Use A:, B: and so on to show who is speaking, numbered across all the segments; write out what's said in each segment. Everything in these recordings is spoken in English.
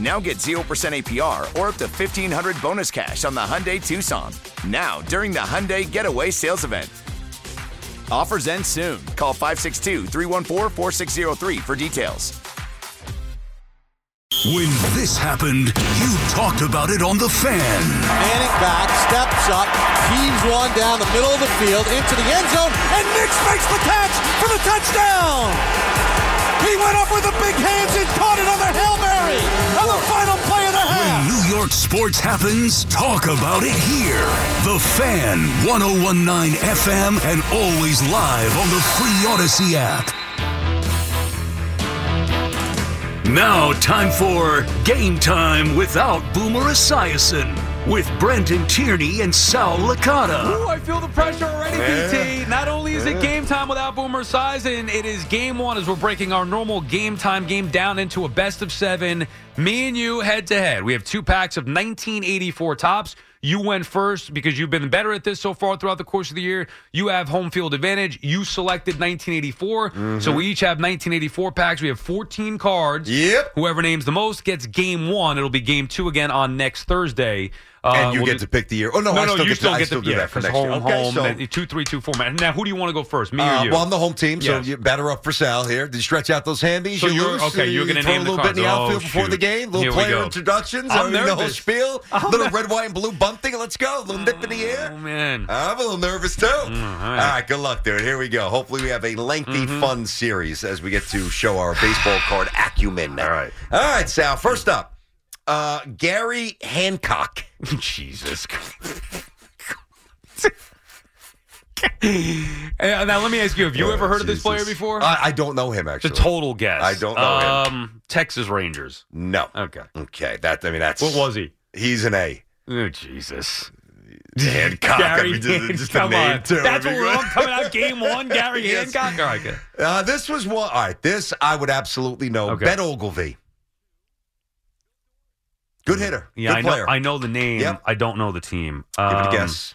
A: Now get 0% APR or up to 1500 bonus cash on the Hyundai Tucson. Now, during the Hyundai Getaway Sales Event. Offers end soon. Call 562 314 4603 for details.
B: When this happened, you talked about it on The Fan.
C: Manning back, steps up, heaves one down the middle of the field into the end zone, and Nix makes the catch for the touchdown! He went up with the big hands and caught it on the Hail Mary on the final play of the
D: Ah.
C: half!
B: When New York sports happens, talk about it here. The Fan, 1019 FM, and always live on the free Odyssey app. Now, time for Game Time without Boomer Esiason with Brenton Tierney and Sal Licata.
D: Ooh, I feel the pressure already, BT. Not only is it game time without Boomer Esiason, it is game one as we're breaking our normal game time game down into a best of seven. Me and you head to head. We have two packs of 1984 tops. You went first because you've been better at this so far throughout the course of the year. You have home field advantage. You selected 1984.
E: Mm-hmm.
D: So we each have 1984 packs. We have 14 cards.
E: Yep.
D: Whoever names the most gets game one. It'll be game two again on next Thursday. Uh,
E: And you
D: we'll
E: get
D: do-
E: to pick the year. Oh no, I
D: no, no,
E: still
D: you
E: get
D: still
E: to, I
D: get
E: still
D: the
E: do
D: yeah,
E: that for
D: it's
E: next
D: home,
E: year.
D: home, and it- two, three, two format. Now, who do you want to go first, me
E: Uh,
D: or you?
E: well, I'm the home team, so
D: Yes.
E: you're better up for Sal here. Did you stretch out those handies?
D: So
E: you
D: you're-
E: loose?
D: okay,
E: You
D: you're gonna
E: throw
D: name
E: a
D: the
E: little bit in the
D: cards.
E: outfield
D: Oh,
E: before the
D: shoot.
E: game. Little
D: Here we
E: player
D: go. I'm
E: introductions. I already know the whole
D: nervous.
E: spiel. little red, white, and blue bump thing. Let's go. little dip in the air.
D: oh, man.
E: I'm a little nervous too. all, right. good luck, dude. Here we go. Hopefully, we have a lengthy,
D: Mm-hmm.
E: fun series as we get to show our baseball card acumen. All right, all right, Sal. First up, uh, Gary Hancock.
D: Jesus. Hey, now, let me ask you have you
E: Oh,
D: ever heard of this
E: Jesus.
D: player before?
E: I, I don't know him actually.
D: it's a total guess.
E: I don't know him.
D: um, Texas Rangers.
E: no.
D: Okay.
E: Okay, that I mean that's
D: What was he?
E: He's an A.
D: Oh, Jesus.
E: Hancock. I
D: Gary
E: mean, just, just the
D: Hancock.
E: name
D: Come on.
E: too.
D: That's
E: I
D: what
E: mean,
D: we're on coming out game one, Gary
E: Yes.
D: Hancock. All right, good.
E: Uh, this was one. All right, this I would absolutely know.
D: Okay.
E: Ben Ogilvy. Good hitter.
D: Mm. Yeah,
E: good
D: I know,
E: player.
D: I know the name.
E: Yep.
D: I don't know the team.
E: Give it
D: Um,
E: a guess.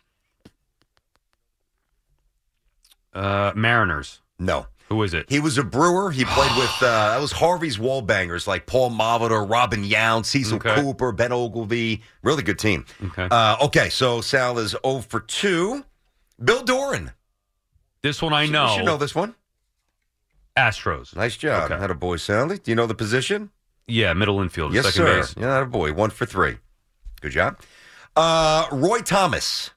D: Uh, Mariners.
E: No.
D: Who is it?
E: He was a brewer. He played with uh, that was Harvey's wallbangers like Paul Molitor, Robin Yount, Cecil
D: Okay.
E: Cooper, Ben Ogilvy. Really good team.
D: Okay.
E: Uh, okay, so Sal is 0 for 2. Bill Doran.
D: this one I
E: You
D: know.
E: should know this one.
D: Astros.
E: Nice job.
D: Okay.
E: Had a boy, Sally. Do you know the position?
D: Yeah, middle infield,
E: yes,
D: second
E: sir.
D: base.
E: Yeah, a boy. One for three. Good job. Uh, Roy Thomas.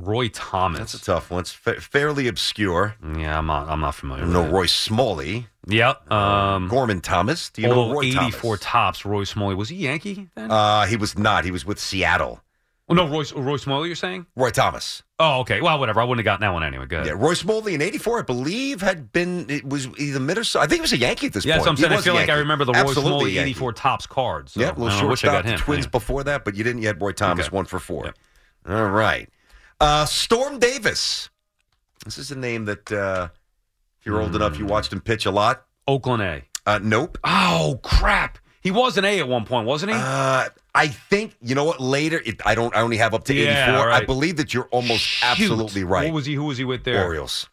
D: Roy Thomas.
E: That's a tough one. It's fa- fairly obscure.
D: yeah, I'm not. I'm not familiar.
E: I know
D: with
E: Roy Smalley. Uh,
D: it. Yep. Um,
E: Gorman Thomas. Do you know
D: old
E: Roy
D: 84
E: Thomas?
D: tops. Roy Smalley was he Yankee then?
E: uh, he was not. He was with Seattle.
D: oh, no, Roy Roy Smalley. You're saying?
E: Roy Thomas.
D: Oh, okay. Well, whatever. I wouldn't have gotten that one anyway. Good.
E: Yeah, Roy Smalley in '84, I believe, had been it was either mid or so. I think he was a Yankee at this
D: Yeah,
E: point.
D: that's what I'm
E: He
D: saying. I
E: was a
D: feel like I
E: Yankee.
D: remember the Roy
E: Absolutely a
D: Smalley
E: Yankee.
D: '84 tops cards. So,
E: yeah, little
D: I don't know, I wish I got
E: shortstop,
D: him.
E: Twins before that, but you didn't yet. Roy Thomas
D: Okay.
E: one for four.
D: Yep.
E: All right, uh, Storm Davis. This is a name that uh, if you're old enough, you watched him pitch a lot.
D: Yeah. Hmm. Oakland A.
E: Uh, nope.
D: Oh crap! He was an A at one point, wasn't he?
E: Uh, I think you know what. Later, it, I don't. I only have up to
D: Yeah,
E: '84. I
D: right.
E: believe that you're almost
D: Shoot.
E: absolutely right.
D: What was he? Who was he with there?
E: Orioles.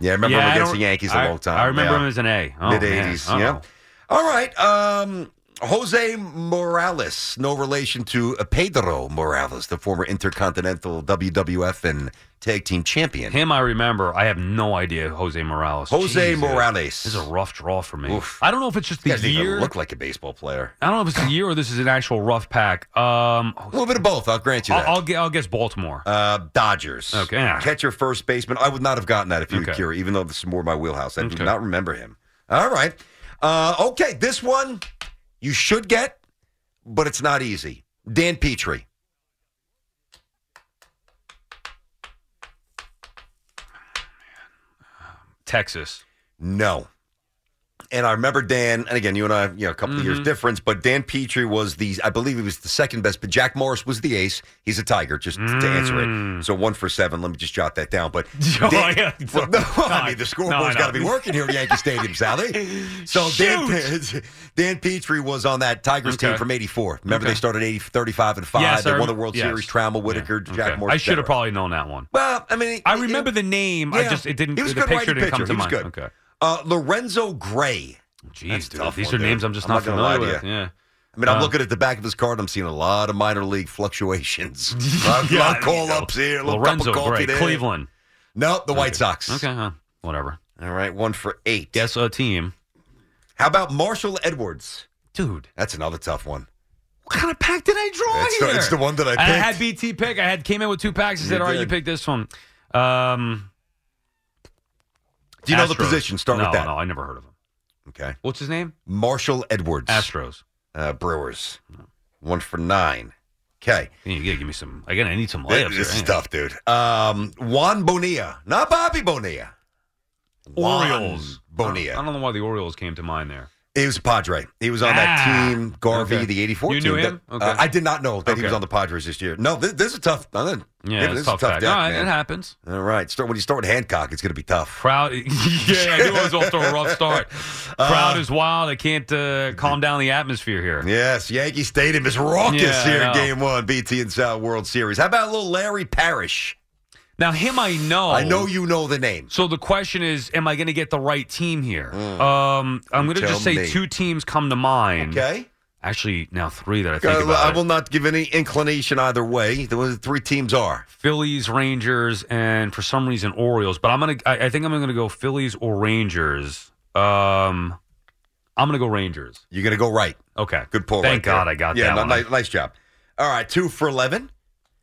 E: Yeah, I remember
D: Yeah,
E: him
D: I
E: against
D: don't-
E: the Yankees a
D: I-
E: long time.
D: I remember
E: yeah.
D: him as an A. Oh,
E: mid '80s.
D: man.
E: Yeah.
D: Uh-oh.
E: All right. Um, Jose Morales, no relation to Pedro Morales, the former Intercontinental WWF and Tag Team Champion.
D: Him, I remember. I have no idea. Jose Morales.
E: Jose
D: Jesus.
E: Morales.
D: This is a rough draw for me.
E: Oof.
D: I don't know if it's just the
E: He doesn't
D: year.
E: even look like a baseball player.
D: I don't know if it's the year or this is an actual rough pack. Um,
E: A little bit of both. I'll grant you that.
D: I'll, I'll, gu- I'll guess Baltimore.
E: uh, Dodgers.
D: Okay.
E: Catcher, first baseman. I would not have gotten that if you were
D: Okay.
E: Curie, even though this is more my wheelhouse. I do
D: Okay.
E: not remember him. All right. Uh, okay, this one you should get, but it's not easy. Dan Petrie.
D: Texas.
E: No. And I remember Dan, and again, you and I, you know, a couple of
D: Mm-hmm.
E: years difference, but Dan Petrie was the, I believe he was the second best, but Jack Morris was the ace. He's a Tiger, just to answer it. So one for seven. Let me just jot that down. But
D: Mm. Oh,
E: Dan-
D: yeah.
E: well, no, I mean,
D: No, I
E: the scoreboard's
D: know.
E: got to be working here at Yankee Stadium, Sally. So Dan, Dan Petrie was on that Tigers team
D: Okay.
E: from 84. Remember,
D: Okay.
E: they started 80, 35 and 5.
D: Yes,
E: they
D: I
E: won the
D: rem-
E: World
D: yes.
E: Series. Trammell, Whitaker,
D: Yeah.
E: Jack
D: Okay.
E: Morris.
D: I should
E: et cetera.
D: have probably known that one.
E: Well, I mean,
D: I
E: it-
D: remember the name. I just it didn't.
E: He was a
D: the
E: good
D: picture didn't
E: writing
D: come
E: pitcher.
D: to
E: He was
D: mind.
E: good.
D: Okay.
E: Uh, Lorenzo Gray.
D: Jeez, dude,
E: tough
D: these
E: one,
D: are
E: dude.
D: names I'm just
E: I'm
D: not
E: not gonna lie
D: familiar with.
E: to
D: Yeah. Uh,
E: I mean, I'm looking at the back of his card. I'm seeing a lot of minor league fluctuations. a lot,
D: Yeah, I mean,
E: call ups here. A little cup of
D: Lorenzo
E: coffee
D: Gray,
E: there.
D: Cleveland.
E: No, the White Sox.
D: Okay, huh. whatever.
E: All right, one for eight.
D: Guess a team,
E: How about Marshall Edwards?
D: dude.
E: That's another tough one.
D: What kind of pack did I draw
E: It's the-
D: here?
E: it's the one that I
D: I had
E: picked.
D: BT pick. I had came in with two packs. and said,
E: You
D: "All right, you
E: did.
D: pick this one." Um,
E: Do you know the
D: Astros.
E: position? Start
D: no,
E: with that.
D: No, I never heard of him.
E: Okay.
D: What's his name?
E: Marshall Edwards.
D: Astros.
E: Uh, Brewers. One for nine. Okay.
D: You gotta give me some. Again, I need some
E: This
D: layups.
E: is
D: here.
E: tough, dude. Um, Juan Bonilla. Not Bobby Bonilla. Juan
D: Orioles.
E: Bonilla.
D: I don't know why the Orioles came to mind there.
E: He was a Padre. He was on that
D: Ah.
E: team, Garvey,
D: Okay.
E: the 84
D: You
E: team.
D: knew him?
E: That-
D: Okay.
E: uh, I did not know that he was
D: Okay.
E: on the Padres this year. No, this, this is a tough. no, no.
D: Yeah,
E: this
D: it's
E: is
D: tough,
E: a tough
D: pack.
E: deck,
D: All right,
E: man.
D: it happens.
E: All right. Start, when you start with Hancock, it's going to be tough.
D: Crowd, yeah, I knew I was off to a rough start.
E: Uh,
D: Crowd is wild. I can't uh, calm down the atmosphere here.
E: Yes, Yankee Stadium is raucous
D: Yeah, I
E: here
D: know.
E: in Game 1, BT and South World Series. How about little Larry Parrish?
D: Now, him, I know.
E: I know you know the name. Mm.
D: So the question is, am I going to get the right team here? Um, I'm going to
E: Tell
D: just say
E: me.
D: two teams come to mind.
E: Okay.
D: Actually, now three that I think
E: Uh,
D: about.
E: I
D: it.
E: will not give any inclination either way. The three teams are.
D: Phillies, Rangers, and for some reason Orioles. But I'm gonna. I, I think I'm gonna go Phillies or Rangers. Um, I'm gonna go Rangers.
E: You're going to go right.
D: Okay.
E: Good pull.
D: Thank
E: right
D: God
E: there.
D: I got
E: yeah,
D: that
E: no,
D: one.
E: Nice, nice job. All right, two for 11.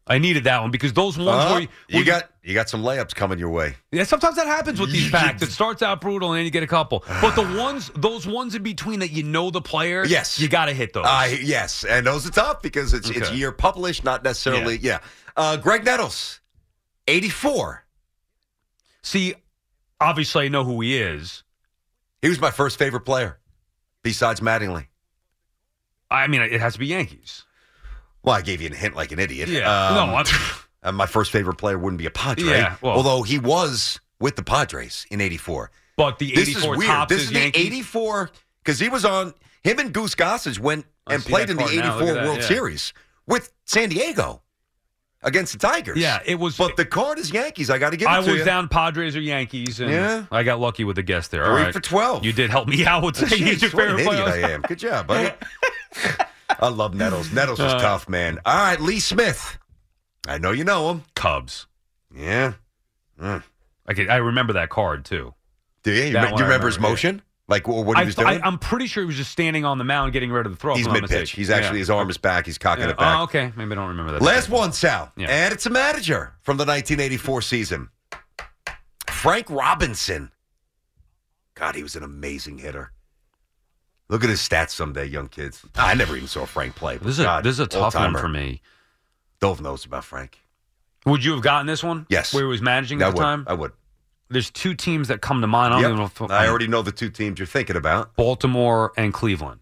D: I needed that one because those ones
E: Uh-huh.
D: where
E: you,
D: where
E: got you got some layups coming your way.
D: Yeah, sometimes that happens with these
E: You-
D: packs. It starts out brutal and then you get a couple. But the ones, those ones in between that you know the player,
E: Yes.
D: you got to hit those.
E: I yes, and those are tough because it's it's
D: Okay.
E: year published, not necessarily yeah. Uh, Greg Nettles, eighty four.
D: See, obviously I know who he is.
E: He was my first favorite player, besides Mattingly.
D: I mean, it has to be Yankees.
E: Well, I gave you a hint like an idiot.
D: Yeah.
E: Um,
D: no, I'm,
E: uh, my first favorite player wouldn't be a Padre,
D: Yeah, well-
E: although he was with the Padres in eighty four.
D: but the
E: This
D: 84
E: is weird.
D: tops
E: This is the
D: Yankees.
E: eighty four because he was on him and Goose Gossage went
D: I
E: and
D: see
E: played
D: that
E: in the
D: card
E: eighty
D: now. Look
E: four
D: at that,
E: World
D: yeah.
E: Series with San Diego against the Tigers.
D: Yeah, it was.
E: But the card is Yankees. I got to give it
D: I
E: to
D: was
E: you.
D: down Padres or Yankees, and
E: Yeah.
D: I got lucky with the guess there. All
E: Three
D: right.
E: for 12.
D: You did help me out with saying
E: Jeez,
D: he's your
E: what an
D: favorite
E: idiot
D: player.
E: I am. Good job, buddy. I love Nettles. Nettles
D: Uh,
E: was tough, man. All right, Lee Smith. I know you know him.
D: Cubs.
E: Yeah. Mm.
D: I, could, I remember that card too.
E: Do you? You,
D: That
E: re-
D: one
E: you
D: I
E: remember his
D: remember, yeah.
E: motion? Like wh- what he
D: I,
E: was
D: I,
E: doing?
D: I'm pretty sure he was just standing on the mound getting rid of the throw. if
E: he's
D: I'm not
E: mid pitch.
D: mistaken.
E: He's actually
D: Yeah.
E: his arm is back. He's cocking
D: Yeah.
E: it back.
D: Oh, okay. Maybe I don't remember that.
E: Last one, Sal.
D: Yeah.
E: And it's a manager from the 1984 season. Frank Robinson. God, he was an amazing hitter. Look at his stats someday, young kids. I never even saw Frank play. but
D: This is a,
E: God,
D: this is a tough one
E: all-timer.
D: for me.
E: Dove knows about Frank.
D: Would you have gotten this one?
E: Yes.
D: Where he was managing
E: I
D: at
E: would.
D: the time?
E: I would.
D: There's two teams that come to mind. I don't
E: Yep.
D: even know if
E: I already know the two teams you're thinking about.
D: Baltimore and Cleveland.
F: Mm-hmm.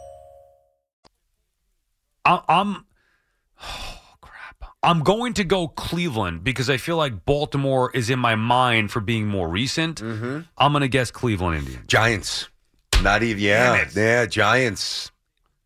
D: I- I'm oh crap. I'm going to go Cleveland because I feel like Baltimore is in my mind for being more recent. I'm going to guess Cleveland Indians.
E: Giants. Not even. Yeah. Yeah. Giants.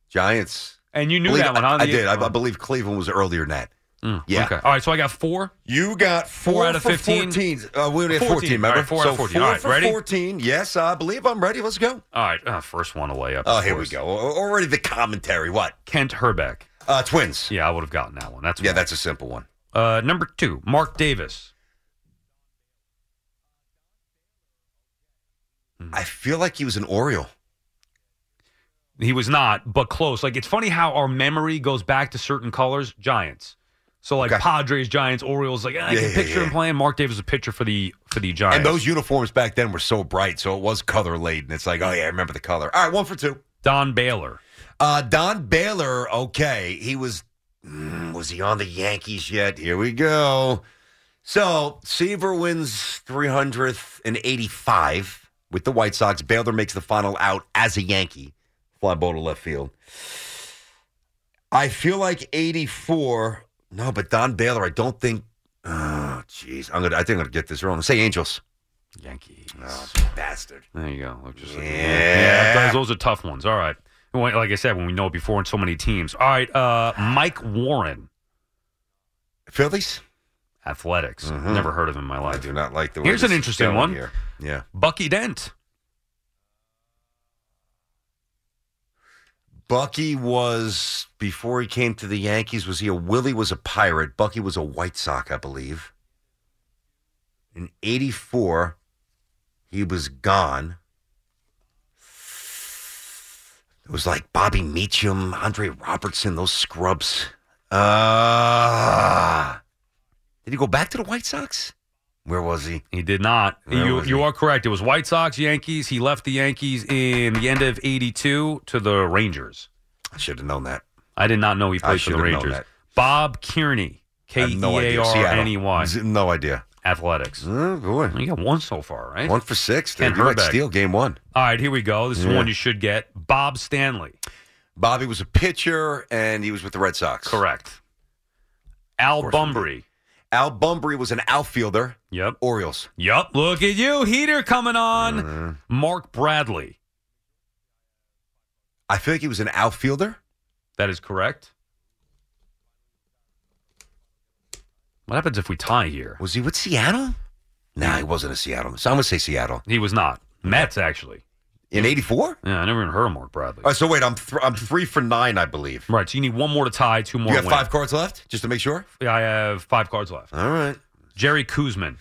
E: Giants.
D: And you knew
E: Believe-
D: that one, huh?
E: I, I
D: The- uh-huh.
E: did. I, I believe Cleveland was earlier than that.
D: Mm,
E: Yeah.
D: Okay. All right. So I got four.
E: You got four,
D: out of
E: for
D: 15?
E: 14. Uh, we only had
D: 14,
E: 14,
D: all
E: remember?
D: right, four out
E: so
D: of 14.
E: Four
D: All right,
E: for
D: ready?
E: 14. Yes, I believe I'm ready. Let's go.
D: All right. Uh, first one away. Up
E: Oh,
D: of
E: here we
D: course.
E: go. Al- Already the commentary. What?
D: Kent Herbeck.
E: Uh, twins.
D: Yeah, I would have gotten that one. That's
E: Yeah,
D: one.
E: that's a simple one.
D: Uh, number two, Mark Davis.
E: I feel like he was an Oriole.
D: He was not, but close. Like it's funny how our memory goes back to certain colors. Giants. So like
E: Okay.
D: Padres, Giants, Orioles. Like I
E: Yeah,
D: can
E: yeah,
D: picture
E: yeah.
D: him playing. Mark Davis is a pitcher for the for the Giants.
E: And those uniforms back then were so bright, so it was color laden. It's like, oh yeah, I remember the color. All right, one for two.
D: Don Baylor.
E: Uh, Don Baylor. Okay, he was. mm, was he on the Yankees yet? Here we go. So Seaver wins three hundredth and eighty-five with the White Sox. Baylor makes the final out as a Yankee. Fly ball to left field. I feel like eighty-four. No, but Don Baylor. I don't think. Oh, jeez. I'm gonna. I think I'm gonna get this wrong. Say Angels. Oh,
D: Yankees.
E: Bastard.
D: There you go. Look, just like-
E: Yeah.
D: guys, those are tough ones. All right. Well, Like I said, when we know it before in so many teams. All right, uh, Mike Warren,
E: Phillies.
D: Athletics.
E: Mhm.
D: Never heard of him in my
E: I
D: life.
E: do not like the. Way
D: Here's an
E: this is
D: interesting
E: going
D: one.
E: Here. Yeah.
D: Bucky Dent.
E: Bucky was before he came to the Yankees. Was he a Willie? Was a pirate? Bucky was a White Sox, I believe. In '84, he was gone. It was like Bobby Meacham, Andre Robertson, those scrubs. Uh, did he go back to the White Sox? Where was he?
D: He did not.
E: Where
D: you
E: was
D: you
E: he?
D: are correct. It was White Sox, Yankees. He left the Yankees in the end of '82 to the Rangers.
E: I should have known that.
D: I did not know he
E: I
D: played for
E: should
D: the
E: have known
D: Rangers.
E: that.
D: Bob Kearney,
E: I
D: K
E: have no
D: E
E: idea.
D: A R N E Y,
E: Seattle. Z- No idea.
D: Athletics.
E: Oh boy,
D: You got one so far, right?
E: one for six. Dude.
D: Kent
E: You might
D: Herbeck.
E: steal game one.
D: All right, here we go. This is
E: Yeah.
D: one you should get. Bob Stanley.
E: Bobby was a pitcher, and he was with the Red Sox.
D: Correct. Al
E: course we
D: Bumbry.
E: Al Bunbury was an outfielder.
D: Yep.
E: Orioles. Mm-hmm.
D: Yep. Look at you. Heater coming on. Mark Bradley.
E: I feel like he was an outfielder.
D: That is correct. What happens if we tie here?
E: Was he with Seattle? Nah, he wasn't a Seattle. So I'm gonna say Seattle.
D: He was not. Mets, actually.
G: in '84.
E: Yeah, I never even heard of Mark Bradley.
G: All right, so wait, I'm th- I'm three for nine, I believe.
E: Right, so you need one more to tie, two more.
G: You have
E: to win.
G: five cards left, just to make sure.
E: Yeah, I have five cards left.
G: All right.
E: Jerry Kuzman.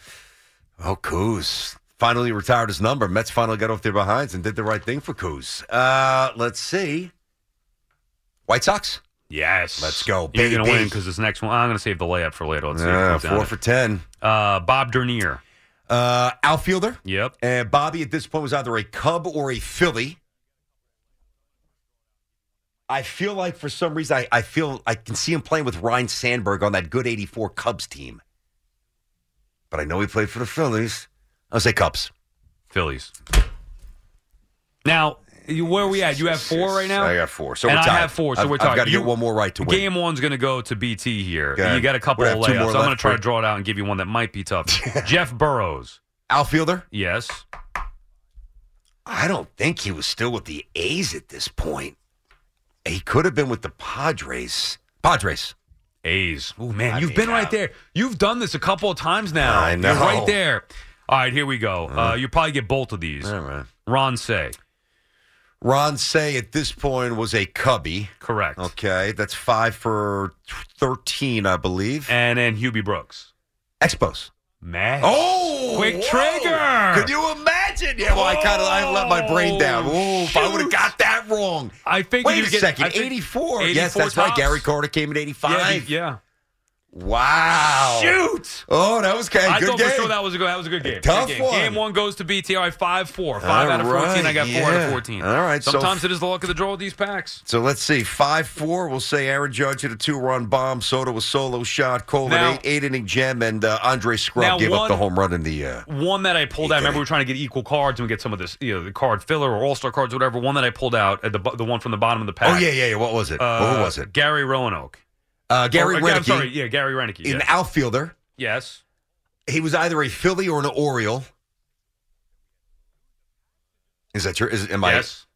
G: Oh, Kuz finally retired his number. Mets finally got off their behinds and did the right thing for Kuz. Uh, let's see. White Sox.
E: Yes,
G: Let's go,
E: You're gonna
G: baby.
E: win because this next one. I'm gonna save the layup for later. Let's see. if it
G: Yeah,
E: comes down
G: four
E: to-
G: for ten.
E: uh, Bob Dernier.
G: Uh, outfielder.
E: Yep.
G: And Bobby at this point was either a Cub or a Philly. I feel like for some reason I, I feel I can see him playing with Ryan Sandberg on that good '84 Cubs team. But I know he played for the Phillies. I'll say Cubs.
E: Phillies. Now, you- where are we at? You have four right now.
G: I got four. So
E: and
G: we're tied.
E: I have four. So
G: I've-
E: we're
G: I've
E: tied.
G: gotta get
E: You-
G: one more right to win.
E: Game one's going to go to BT here.
G: Good.
E: You got a couple
G: We
E: of
G: have two more
E: layups. I'm going to
G: left,
E: try to
G: right?
E: draw it out and give you one that might be tough. Jeff Burrows.
G: Outfielder.
E: Yes.
G: I don't think he was still with the A's at this point. He could have been with the Padres. Padres.
E: A's. Oh man,
G: I
E: you've
G: mean,
E: been
G: uh,
E: right there. You've done this a couple of times now.
G: I know. Uh-huh.
E: You're right there. All right, here we go. Uh, you probably get both of these.
G: right.
E: Ron Say.
G: Ron Say at this point was a cubby.
E: Correct.
G: Okay, that's five for thirteen, I believe.
E: And then Hubie Brooks.
G: Expos.
E: Matt.
G: Oh,
E: Quick
G: whoa.
E: trigger.
G: Could you imagine? Yeah, well, I kind of I let my brain down.
E: Oh,
G: Ooh, if I would have
E: shoot.
G: got that wrong.
E: I figured
G: Wait
E: you'd
G: a
E: get- I
G: second,
E: think-
G: eighty-four. Yes,
E: 84
G: that's right.
E: tops.
G: Gary Carter came in
E: Yeah,
G: eighty-five.
E: yeah.
G: Wow.
E: Shoot.
G: Oh, that was kind
E: I
G: of good
E: thought
G: game.
E: for sure that was a good. That was a good game.
G: Tough
E: Good game.
G: one.
E: Game one goes to BTR five four. Five
G: All
E: out of fourteen. I got
G: right,
E: four out
G: yeah.
E: of fourteen.
G: All right, so-
E: Sometimes it is the luck of the draw with these packs.
G: So let's see. Five four. We'll say Aaron Judge hit a two run bomb. Soto was solo shot. Cole
E: Now-
G: an eight eight inning gem, and uh, Andre
E: Now
G: Scrub gave
E: one-
G: up the home run in the. Uh,
E: One that I pulled out. I remember we were trying to get equal cards and we get some of this, you know, the card filler or all star cards, or whatever. One that I pulled out, uh, the bu- the one from the bottom of the pack.
G: oh yeah, yeah, yeah. What was it?
E: Uh,
G: Who was it?
E: Gary Roanoke.
G: Uh, Gary
E: Or, uh,
G: Renicky,
E: I'm sorry. Yeah, Gary Renicky.
G: an
E: yes.
G: outfielder.
E: yes.
G: He was either a Philly or an Oriole. Is that true? Is am I
E: Yes.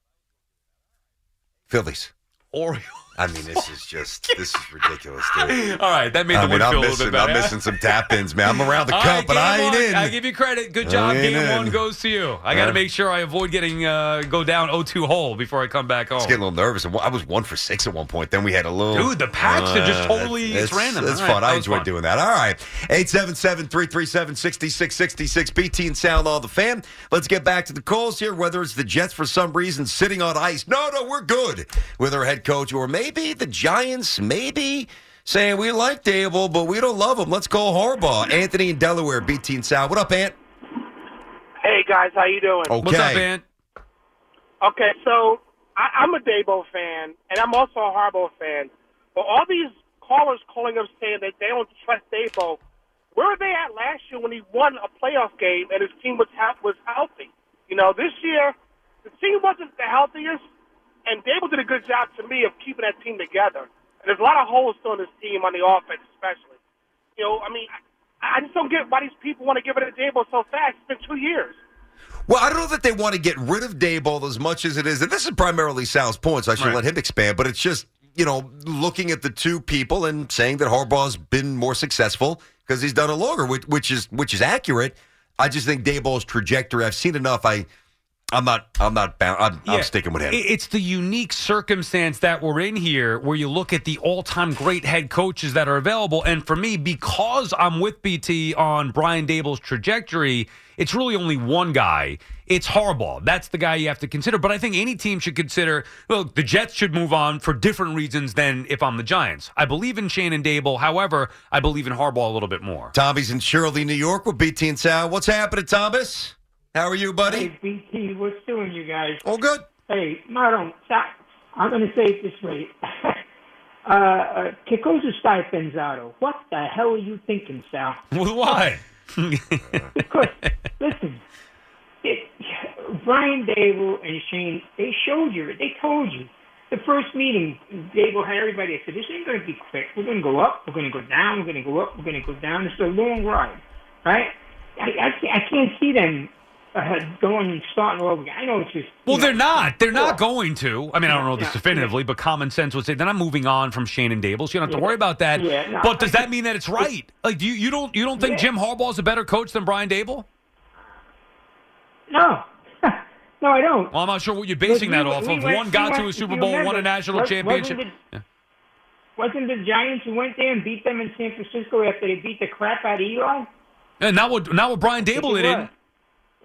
G: Phillies?
E: Oriole.
G: I mean, this is just this is ridiculous, dude.
E: All right, that made the
G: I mean,
E: win
G: I'm
E: feel a little
G: missing,
E: bit better.
G: I'm missing some tap ins, man. I'm around the
E: All
G: cup,
E: right,
G: but
E: game
G: I ain't
E: one,
G: in.
E: I give you credit. Good job.
G: ain't
E: Game
G: in.
E: one goes to you. I got to
G: right.
E: make sure I avoid getting uh, go down 0-2 hole before I come back home.
G: was getting a little nervous. I was one for six at one point. Then we had a little.
E: Dude, the packs are just
G: Uh,
E: totally- it's random.
G: That's
E: All right,
G: fun.
E: that
G: I
E: was
G: enjoy
E: fun.
G: doing that. All right. 877 337 6666. BT and Sound All the Fan. Let's get back to the calls here. Whether it's the Jets for some reason sitting on ice. No, no, we're good with our head coach. Or maybe the Giants, maybe. Saying we like Dable, but we don't love him. Let's call Harbaugh. Anthony in Delaware, BT and Sal. What up, Ant?
H: Hey guys, how you doing?
G: Okay.
E: What's up, man?
H: Okay, so I, I'm a Dabo fan, and I'm also a Harbaugh fan. But all these callers calling up saying that they don't trust Dabo. Where were they at last year when he won a playoff game and his team was hea- was healthy? You know, this year the team wasn't the healthiest, and Dable did a good job to me of keeping that team together. And there's a lot of holes still in this team on the offense, especially. You know, I mean, I, I just don't get why these people want to give it to Dable so fast. It's been two years.
G: Well, I don't know that they want to get rid of Dayball as much as it is, and this is primarily Sal's points. I should
E: Right.
G: let him expand, but it's just you know looking at the two people and saying that Harbaugh's been more successful because he's done it longer, which, which is which is accurate. I just think Dayball's trajectory. I've seen enough. I, I'm not. I'm not bound. I'm,
E: Yeah.
G: I'm sticking with him.
E: It- It's the unique circumstance that we're in here where you look at the all time great head coaches that are available. And for me, because I'm with BT on Brian Dable's trajectory, it's really only one guy. It's Harbaugh. That's the guy you have to consider. But I think any team should consider look, the Jets should move on for different reasons than if I'm the Giants. I believe in Shannon Dable. However, I believe in Harbaugh a little bit more.
G: Tommy's in Shirley, New York, with BT and Sal. What's happening, Thomas? How are you, buddy?
D: Hey, BT, what's doing, you guys?
G: All good.
D: Hey, Mardo, sa- I'm going to say it this way. uh, uh, che cosa stai pensando? What the hell are you thinking, Sal?
E: Why?
D: Because, listen, it, Brian Dable and Shane, they showed you, they told you. The first meeting, Dable had everybody, I said, this ain't going to be quick. We're going to go up, we're going to go down, we're going to go up, we're going to go down. It's a long ride, right? I, I, can't- I can't see them uh, going and starting all over again. I know it's just.
E: Well,
D: you
E: they're
D: know,
E: not. They're not
D: Sure.
E: going to. I mean, I don't know this
D: Yeah.
E: definitively, but common sense would say they're not moving on from Shannon Dables. You don't have to worry about that.
D: Yeah, no.
E: But does that mean that it's right? Like, do you, you don't you don't think
D: Yeah.
E: Jim Harbaugh is a better coach than Brian Dable?
D: No.
I: No, I don't.
D: Well, I'm not sure what you're basing
I: Look,
D: that
I: we-
D: off
I: we
D: of.
I: went-
D: One
I: we
D: got to
I: went-
D: a Super
I: you
D: Bowl, won
I: remember,
D: a national
I: wasn't the-
D: championship.
I: Wasn't the Giants who went there and beat them in San Francisco after they beat the crap out of Eli?
D: And not what not what Brian Dable
I: It
D: did. eh?
I: was.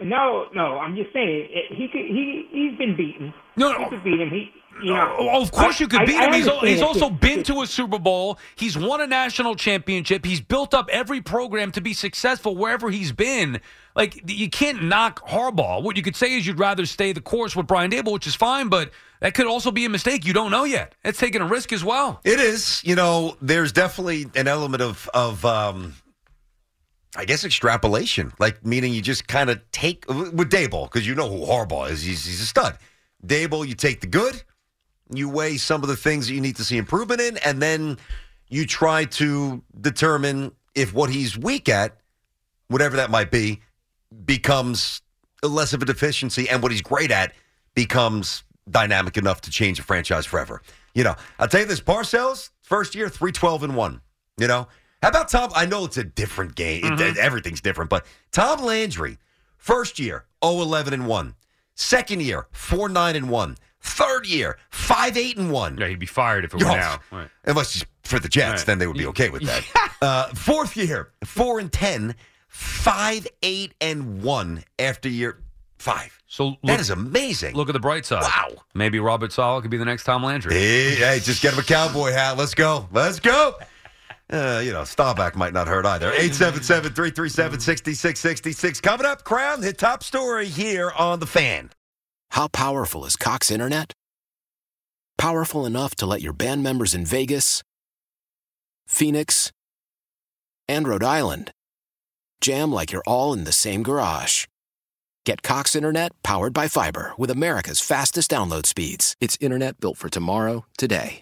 I: No, no, I'm just saying it, he could, he he's been beaten.
D: No,
I: he could beat him. He, you know,
D: Oh, of course you could
I: I-
D: beat
I: I
D: him. He's, al-
I: understand
D: he's
I: it.
D: also been to a Super Bowl. He's won a national championship. He's built up every program to be successful wherever he's been. Like you can't knock Harbaugh. What you could say is you'd rather stay the course with Brian Dable, which is fine, but that could also be a mistake. You don't know yet. It's taking a risk as well.
G: It is, you know, there's definitely an element of of um I guess extrapolation, like meaning you just kind of take with Dayball because you know who Harbaugh is. He's, he's a stud. Dayball, you take the good, you weigh some of the things that you need to see improvement in, and then you try to determine if what he's weak at, whatever that might be, becomes less of a deficiency, and what he's great at becomes dynamic enough to change a franchise forever. You know, I'll tell you this: Parcells first year three twelve and one. You know, how about Tom? I know it's a different game; It-
D: Mm-hmm.
G: everything's different. But Tom Landry, first year 0-11 and one. Second year four nine and one. Third year five eight and one. Yeah,
D: he'd be fired if
G: it
D: were now. Right.
G: Unless he's for the Jets, then they would be okay with that. uh, fourth year four and ten. Five, eight, and one after year five.
D: So
G: that is amazing.
D: Look at the bright side. Wow. Maybe Robert Sala could be the next Tom Landry.
G: Hey, hey, just get him a cowboy hat. Let's go. Let's go. Uh, you know, Staubach might not hurt either. 877-337-6666. Coming up, Crown, the top story here on The Fan.
J: How powerful is Cox Internet? Powerful enough to let your band members in Vegas, Phoenix, and Rhode Island jam like you're all in the same garage. Get Cox Internet powered by fiber with America's fastest download speeds. It's internet built for tomorrow, today.